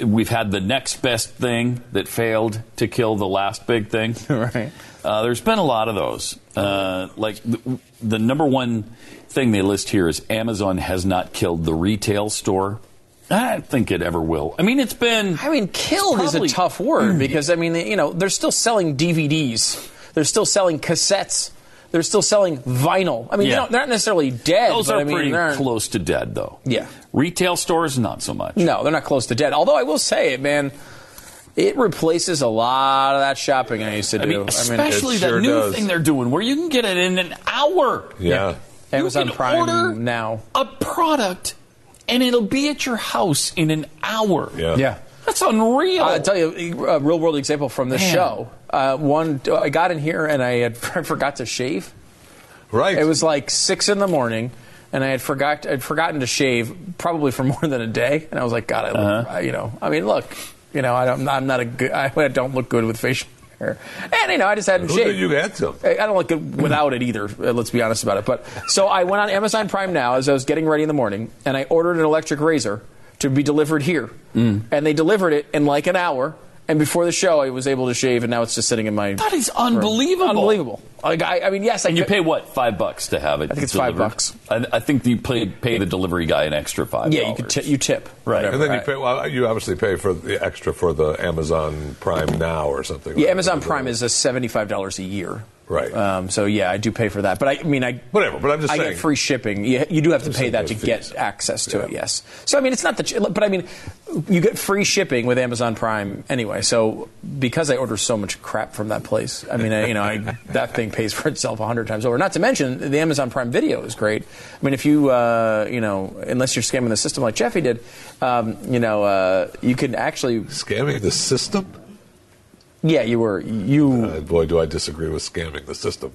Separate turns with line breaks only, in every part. We've had the next best thing that failed to kill the last big thing.
right.
Uh, there's been a lot of those. Uh, like the, the number one thing they list here is Amazon has not killed the retail store. I don't think it ever will. I mean, it's been.
I mean, killed
It's probably- Mm.
is a tough word because I mean, you know, they're still selling DVDs, they're still selling cassettes, they're still selling vinyl. I mean,
Yeah.
they don't, they're not necessarily dead.
Those
but,
are
I mean,
pretty
they're-
close to dead, though.
Yeah.
Retail stores, not so much.
No, they're not close to dead. Although I will say it, man, it replaces a lot of that shopping I used to
I
do.
mean, especially
it
that
sure
new
does.
thing they're doing where you can get it in an hour.
Yeah.
You
Amazon
can
Prime
order
now.
a product, and it'll be at your house in an hour.
Yeah.
yeah.
That's unreal.
I'll tell you a real world example from this
Man.
show. Uh, one, I got in here and I had I forgot to shave.
Right.
It was like six in the morning, and I had forgot I'd forgotten to shave probably for more than a day, and I was like, God, I, look,
Uh-huh.
I- you know, I mean, look, you know, I don't, I'm not a good, I, I don't look good with facial hair, and you know, I just hadn't
Who
shaved.
did you get to?
I I don't look good without it either. uh, Let's be honest about it. But so I went on Amazon Prime now as I was getting ready in the morning, and I ordered an electric razor to be delivered here,
Mm.
and they delivered it in like an hour. And before the show, I was able to shave, and now it's just sitting in my.
That is
room.
unbelievable.
Unbelievable. Like, I, I mean, yes, I
and you
could-
pay what? Five bucks to have it. I
think it's five bucks.
I, I think you pay, pay the delivery guy an extra five.
Yeah, you could ti- you tip.
Right.
And then
Whatever,
you pay. Well, you obviously pay for the extra for the Amazon Prime now or something.
Yeah,
right?
Amazon Prime is a seventy-five dollars a year.
Right.
Um, so yeah, I do pay for that, but I, I mean, I
Whatever, but I'm just
I
saying.
get free shipping. You, you do have to pay
saying
that to
those
get
fees.
access to it.
Yeah.
Yes. So I mean, it's not the, ch- but I mean, you get free shipping with Amazon Prime anyway. So because I order so much crap from that place, I mean, I, you know, I, that thing pays for itself a hundred times over. Not to mention the Amazon Prime Video is great. I mean, if you uh, you know, unless you're scamming the system like Jeffy did, um, you know, uh, you can actually
scamming the system.
yeah, you were you
Uh, boy, do I disagree with scamming the system.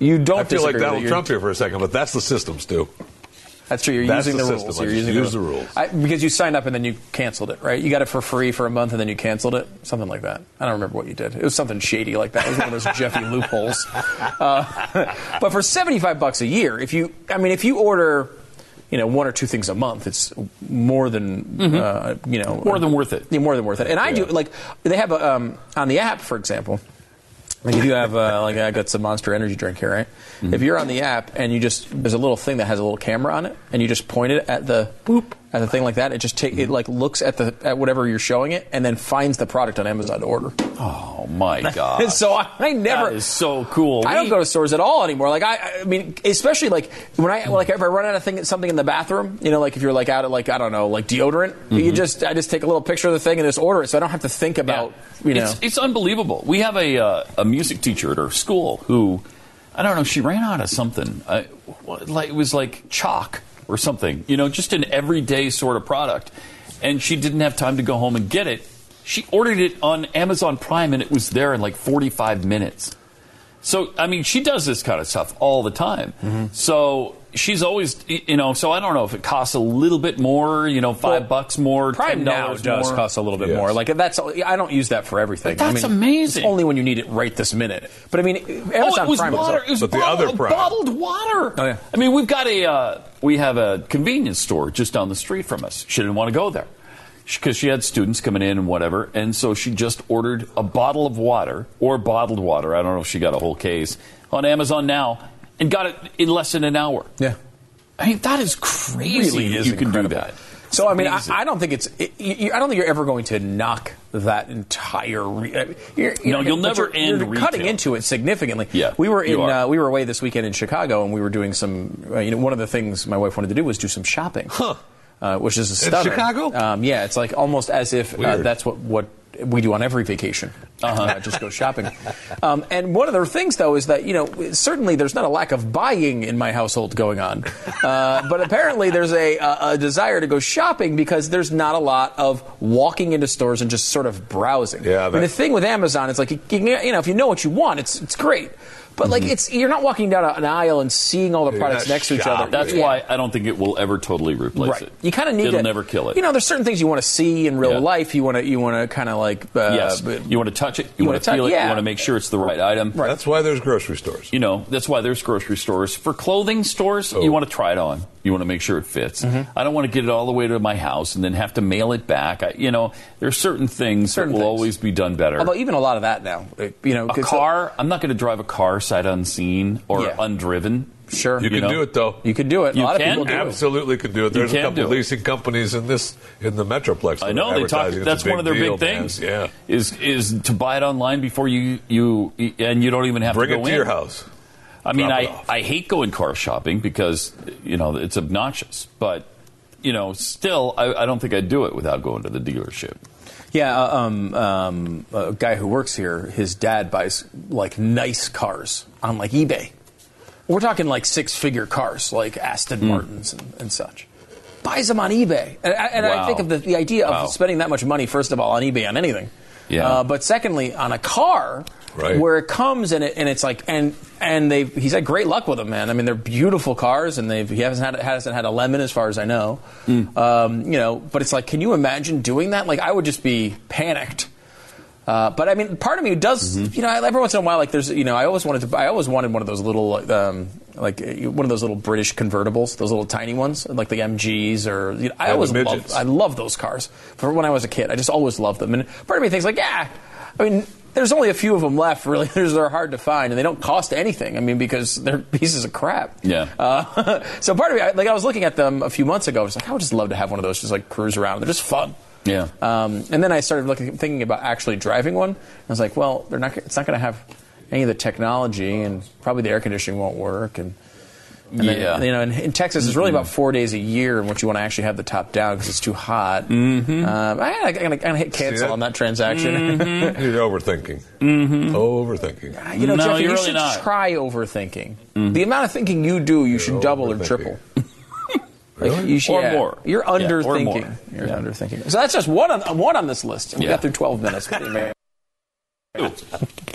you don't
I feel
disagree
like
that
Donald
you're-
Trump here for a second, but that's the system, Stu.
That's true. You're
That's
using the,
the
rules.
system. I
You're
just
using
use the rules.
I, because you signed up and then you canceled it, right? You got it for free for a month and then you canceled it, something like that. I don't remember what you did. It was something shady like that. It was one of those Jeffy loopholes. Uh, but for seventy-five bucks a year, if you, I mean, if you order, you know, one or two things a month, it's more than,
Mm-hmm.
uh, you know,
More than worth it.
Yeah, more than worth it. And I do
Yeah.
like they have a, um, on the app, for example. Like if you have uh, like I got some Monster Energy drink here, right?
Mm-hmm.
If you're on the app and you just there's a little thing that has a little camera on it, and you just point it at the boop at the thing like that, it just take
Mm-hmm.
it like looks at the at whatever you're showing it, and then finds the product on Amazon to order.
Oh my god.
so I, I never
That is so cool.
I don't
We-
go to stores at all anymore. Like I, I mean, especially like when I like if I run out of thing, something in the bathroom, you know, like if you're like out at like I don't know, like deodorant, you just I just take a little picture of the thing and just order it, so I don't have to think about
Yeah.
you know.
It's, it's unbelievable. We have a uh, a music teacher at our school who, I don't know, she ran out of something. I, what- like it was like chalk or something. You know, just an everyday sort of product, and she didn't have time to go home and get it. She ordered it on Amazon Prime, and it was there in like 45 minutes. So, I mean, she does this kind of stuff all the time.
Mm-hmm.
So she's always, y- you know. So I don't know if it costs a little bit more, you know, five
Well,
bucks more,
Prime
ten
now
dollars
does
more.
cost a little bit
Yes.
more. Like that's I don't use that for everything.
But that's
I mean,
amazing.
It's only when you need it right this minute. But I mean, Amazon
oh, it was
Prime
water.
is
It was
But the
bottle-
other prime.
bottled water.
Oh, yeah.
I mean, we've got a uh, we have a convenience store just down the street from us. She didn't want to go there because she had students coming in and whatever, and so she just ordered a bottle of water or bottled water. I don't know if she got a whole case on Amazon now and got it in less than an hour.
yeah.
I mean, that is crazy.
Really
that
is
you can do
incredible.
that.
So I mean, I,
Amazing.
I don't think it's. It, you, you- I don't think you're ever going to knock that entire. Re- I mean, you're,
No,
you're-
you'll
but
never
you're, you're
end
cutting
retail.
into it significantly.
Yeah,
we were in.
you are.
Uh, we were away this weekend in Chicago, and we were doing some. Uh, you know, one of the things my wife wanted to do was do some shopping. Huh. Uh, which is a
In
stunner.
Chicago?
Um, yeah, it's like almost as if uh,
Weird.
that's what what we do on every vacation. Uh, just go shopping. Um, and one of the things, though, is that you know certainly there's not a lack of buying in my household going on, uh, but apparently there's a, a, a desire to go shopping because there's not a lot of walking into stores and just sort of browsing.
Yeah,
I mean, the
that-
thing with Amazon is like you, can- you know if you know what you want, it's it's great. But like it's you're not walking down an aisle and seeing all the
Mm-hmm. You're
products
not
next to each other.
shopping.
That's
Yeah.
why I don't think it will ever totally replace
Right.
it.
You kind of need
It'll
to-
never kill it.
You know, there's certain things you want to see in real
Yeah.
life. You want to you want to kind of like uh,
yes,
but-
you want to touch it. You,
You
want
wanna
to
tou-
feel it.
yeah.
You want to make sure it's the right item.
Right.
That's why there's grocery stores.
You know, that's why there's grocery stores. For clothing stores,
Oh.
you want to try it on. You want to make sure it fits.
Mm-hmm.
I don't want to get it all the way to my house and then have to mail it back. I, you know, there's certain things
Certain
that will
things.
always be done better.
Although even a lot of that now, uh, you know,
a
'cause-
car, I'm not going to drive a car sight unseen or
Yeah.
undriven.
sure,
You,
You
can
know.
do it though.
You can do it.
You
a lot
can?
of people do. it.
Absolutely could do it.
You
There's a
can
couple
do it.
leasing companies in this in the metroplex. that
I know
are
they talk.
advertising. It's a
That's one of their
deal,
big
man.
things.
Yeah,
is is to buy it online before you you and you don't even have
bring
to
it
go
to
in.
your house.
I mean,
Drop it
I,
off.
I hate going car shopping because you know it's obnoxious, but you know, still, I, I don't think I'd do it without going to the dealership.
Yeah, uh, um, um, a guy who works here, his dad buys like nice cars on like eBay. We're talking like six figure cars, like Aston
Hmm.
Martins and, and such. Buys them on eBay, and, I- and I
Wow.
think of the, the idea
Wow.
of spending that much money first of all on eBay on anything.
Yeah.
Uh, but secondly, on a car,
Right.
where it comes and it, and it's like and and they he's had great luck with them, man. I mean, they're beautiful cars, and they've he hasn't had hasn't had a lemon as far as I know.
Hmm.
Um, you know, but it's like, can you imagine doing that? Like, I would just be panicked. Uh, but I mean, part of me does,
Mm-hmm.
you know, every once in a while, like there's, you know, I always wanted to, I always wanted one of those little, um, like uh, one of those little British convertibles, those little tiny ones, like the MGs or, you know, I
the
always loved,
midgets.
I love those cars. For when I was a kid, I just always loved them. And part of me thinks like, yeah, I mean, there's only a few of them left, really. There's, they're hard to find, and they don't cost anything. I mean, because they're pieces of crap.
Yeah.
Uh, so part of me, I, like I was looking at them a few months ago, I was like, I would just love to have one of those, just like cruise around. They're just fun.
Yeah.
Um, and then I started looking, thinking about actually driving one. I was like, well, they're not. It's not going to have any of the technology, and probably the air conditioning won't work. And, and then,
Yeah. Mm-hmm.
you know, in, in Texas, it's really about four days a year in which you want to actually have the top down because it's too hot. Mm-hmm. Um, I, I, I'm going to hit cancel
that?
on that transaction.
Mm-hmm.
You're overthinking. Mm-hmm. Overthinking.
you know,
No,
Jeffy,
you're
you
really
should
not. Mm-hmm.
try overthinking. The amount of thinking you do, you should double or
overthinking.
triple.
Really?
You should-
Or
yeah.
more.
You're
Yeah, or
underthinking.
more.
You're underthinking. So that's just one on one on this list. And We
Yeah.
got through 12 minutes. Pretty amazing.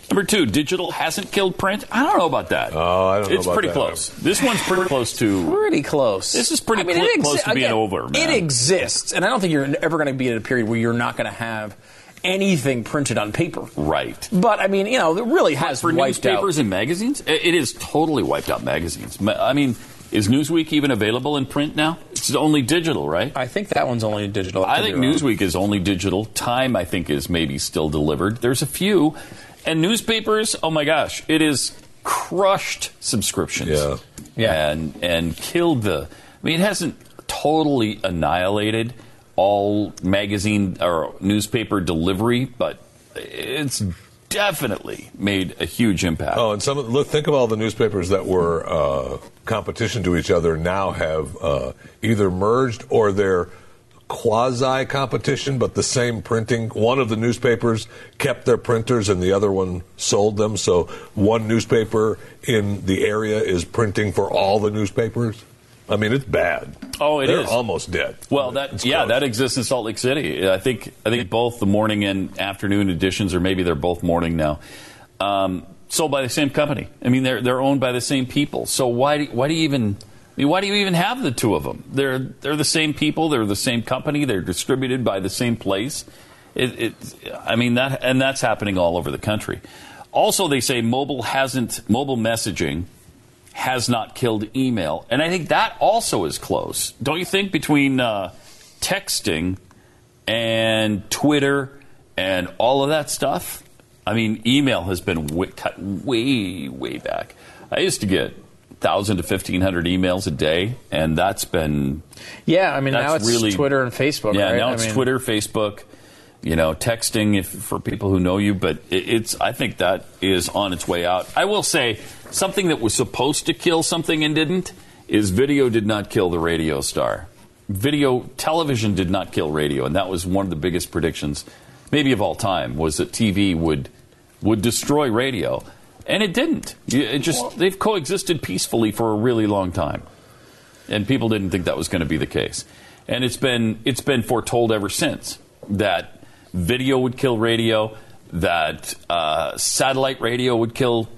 Number two, digital hasn't killed print. I don't know about that.
Oh, I don't know
It's
about
pretty
that.
close. This one's pretty close to.
pretty close.
This is pretty cl- close to being over, man.
It exists, and I don't think you're ever going to be in a period where you're not going to have anything printed on paper.
Right.
But I mean, you know, it really has
For
wiped
newspapers
out.
and magazines, i- it is totally wiped out magazines. Ma- I mean, is Newsweek even available in print now? It's only digital, right?
I think that one's only digital.
I
could
think
be wrong.
Newsweek is only digital. Time, I think, is maybe still delivered. There's a few. And newspapers, oh my gosh, it is crushed subscriptions.
Yeah.
Yeah.
And, and killed the. I mean, it hasn't totally annihilated all magazine or newspaper delivery, but it's definitely made a huge impact.
Oh, and some of- look. Think of all the newspapers that were uh, competition to each other. Now have uh, either merged or they're quasi competition, but the same printing. One of the newspapers kept their printers, and the other one sold them. So one newspaper in the area is printing for all the newspapers. I mean, it's bad.
Oh, it
they're
is.
almost dead.
Well, that
It's
yeah,
close.
that exists in Salt Lake City. I think I think both the morning and afternoon editions, or maybe they're both morning now, um, sold by the same company. I mean, they're they're owned by the same people. So why do, why do you even I mean, why do you even have the two of them? They're they're the same people. They're the same company. They're distributed by the same place. It, it I mean that and that's happening all over the country. Also, they say mobile hasn't mobile messaging has not killed email. And I think that also is close. Don't you think between uh, texting and Twitter and all of that stuff? I mean, email has been w- cut way, way back. I used to get 1,000 to 1,500 emails a day, and that's been,
Yeah, I mean, now
That's
it's
really-
Twitter and Facebook.
yeah,
right?
now
I
it's
mean,
Twitter, Facebook, you know, texting if, for people who know you, but it, it's, I think that is on its way out. I will say something that was supposed to kill something and didn't is video did not kill the radio star. Video, television did not kill radio, and that was one of the biggest predictions maybe of all time was that TV would would destroy radio, and it didn't. You- It just they've coexisted peacefully for a really long time, and people didn't think that was going to be the case, and it's been it's been foretold ever since that video would kill radio, that uh, satellite radio would kill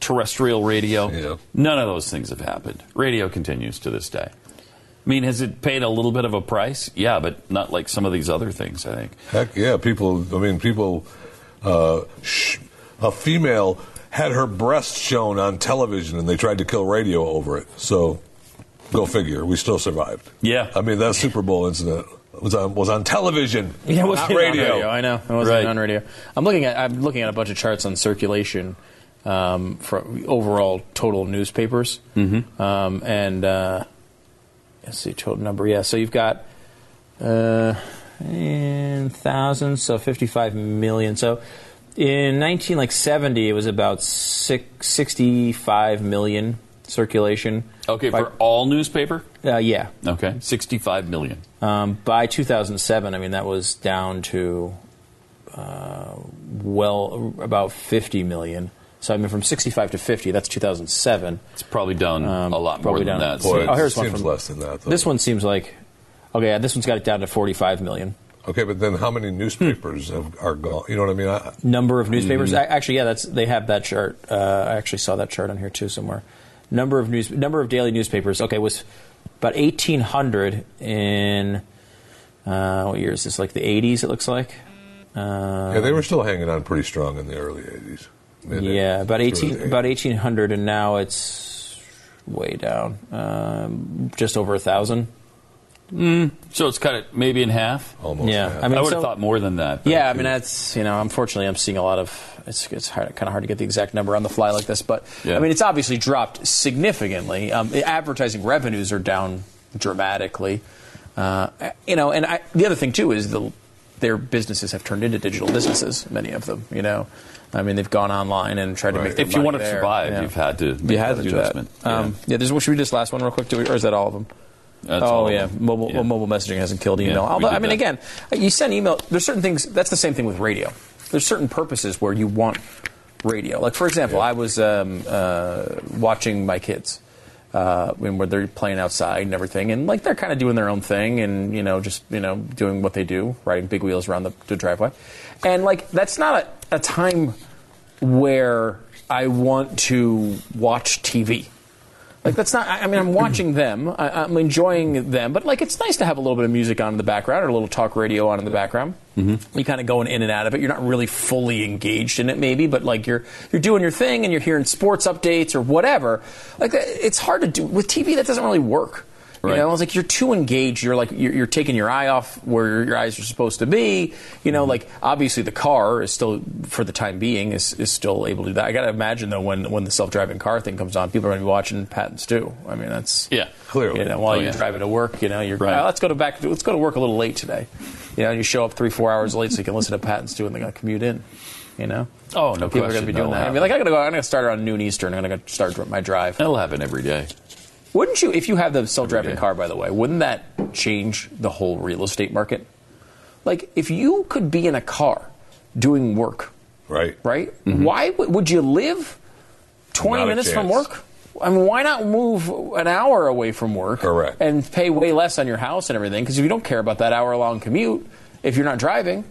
terrestrial radio.
Yeah.
None of those things have happened. Radio continues to this day. I mean, has it paid a little bit of a price? Yeah, but not like some of these other things, I think.
Heck yeah, people. I mean, people. Uh, sh- a female had her breast shown on television, and they tried to kill radio over it. So, go figure. We still survived.
Yeah.
I mean, that Super Bowl incident was on was on television.
Yeah, it
not
wasn't
radio.
on radio. I know it wasn't
Right.
on radio. I'm looking at I'm looking at a bunch of charts on circulation um, for overall total newspapers. Mm-hmm. Um, and uh, let's see total number. Yeah, so you've got uh, in thousands, so 55 million. So in 19 like 70, it was about six, 65 million circulation.
Okay,
By-
for all newspaper?
uh, yeah,
Okay, 65 million.
um, by 2007, I mean that was down to uh, well about 50 million. So I mean from 65 to 50, that's 2007.
It's probably down
Um,
a lot more
probably
than
down-
that.
Boy,
Oh,
it
here's one
seems
from-
less than that. Though.
This one seems like okay. This one's got it down to 45 million.
Okay, but then how many newspapers have, are gone? You know what I mean? I,
Number of newspapers. A- Actually, yeah, that's they have that chart. Uh, I actually saw that chart on here too somewhere. Number of news, number of daily newspapers. Okay, was about 1,800 in uh, what year is this? Like the 80s, it looks like.
yeah, they were still hanging on pretty strong in the early '80s. Mid-
Yeah, about
through
eighteen,
the
about eighteen hundred, and now it's way down, um, just over a thousand.
So it's cut it maybe in half?
almost.
yeah,
half.
I mean,
I would have
so-
thought more than that. but-
Yeah, I mean that's you know, unfortunately, I'm seeing a lot of it's it's hard, kind of hard to get the exact number on the fly like this, but
Yeah.
I mean it's obviously dropped significantly. Um, i- advertising revenues are down dramatically, uh, you know, and I, the other thing too is the their businesses have turned into digital businesses, many of them, you know. I mean, they've gone online and tried to
Right.
make. Their
If you want
money
to
there,
survive,
yeah.
you've had to make
You had
that
to do
adjustment.
that. Um, yeah. there's what should we do this last one real quick? Do we, or is that all of them?
That's
oh
all of
yeah,
them.
mobile
Yeah.
well, mobile messaging hasn't killed email.
Yeah, we
Although
did
I mean,
that.
again, you send email. There's certain things. That's the same thing with radio. There's certain purposes where you want radio. Like for example, I was um, uh, watching my kids uh, when where they're playing outside and everything, and like they're kind of doing their own thing, and you know, just you know, doing what they do, riding big wheels around the, the driveway, and like that's not a, a time where I want to watch TV. Like that's not. I I mean, I'm watching them. I, I'm enjoying them, but like it's nice to have a little bit of music on in the background or a little talk radio on in the background. Mm-hmm. You kind of going in and out of it. You're not really fully engaged in it, maybe, but like you're you're doing your thing and you're hearing sports updates or whatever. Like uh, it's hard to do with TV. That doesn't really work.
Right.
You know, it's like you're too engaged. You're like you're, you're taking your eye off where your eyes are supposed to be. You
Mm-hmm.
know, like obviously the car is still for the time being is, is still able to do that. I gotta imagine though when when the self driving car thing comes on, people are gonna be watching patents too. I mean that's
Yeah,
clearly.
You know, while
Oh,
you're
yeah.
driving to work, you know you're
Right.
"Oh, let's go to back let's go to work a little late today. You know, and you show up three four hours late so you can listen to patents too, and they're gonna commute in. You know.
Oh, no
People are
question.
gonna be
That'll
doing that. I
happen.
mean, like I'm gonna go. I'm gonna start around noon Eastern. I'm gonna go start dr- my drive.
That'll happen every day.
Wouldn't you, if you have the self-driving
Every day.
car, by the way, wouldn't that change the whole real estate market? Like, if you could be in a car doing work,
Right.
right?
Mm-hmm.
Why w- would you live 20
Not a
minutes from
chance.
work? I mean, why not move an hour away from work
Correct.
and pay way less on your house and everything? Because if you don't care about that hour-long commute, if you're not driving,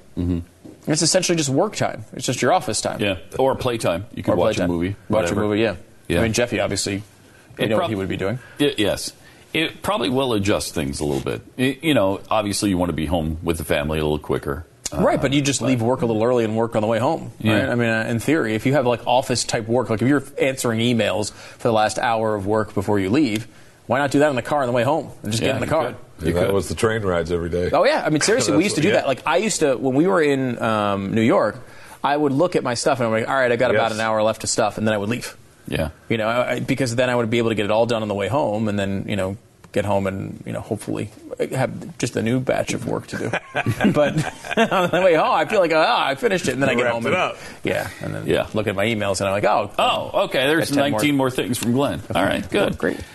it's essentially just work time. It's just your office time.
Mm-hmm. Yeah. Or playtime. You can
Or
watch
playtime.
a movie.
Watch
whatever.
a movie, yeah.
Yeah.
I mean, Jeffy, obviously, you
It
know what
prob-
he would be doing.
Y- yes. It probably will adjust things a little bit. Y- you know, obviously you want to be home with the family a little quicker.
Right, but you just leave work a little early and work on the way home.
Yeah.
Right? I mean, uh, in theory, if you have like office type work, like if you're answering emails for the last hour of work before you leave, why not do that in the car on the way home and just
Yeah,
get in the
you
car?
could.
And that was the train rides every day.
Oh yeah, I mean seriously, we
That's
used to do
what-
that.
yeah.
Like I used to when we were in um, New York, I would look at my stuff and I'm like, all right, I've got about
Yes.
an hour left to stuff, and then I would leave.
Yeah.
You know, I, I- because then I would be able to get it all done on the way home, and then you know get home and you know hopefully have just a new batch of work to do. but on the way home, I feel like, oh, I finished it. And then I get
Wrapped
home.
it
and,
up.
Yeah. And then
Yeah.
look at my emails and I'm like, oh,
Oh, okay. There's
Got 10
19 more. things from Glenn. All right, good.
Great.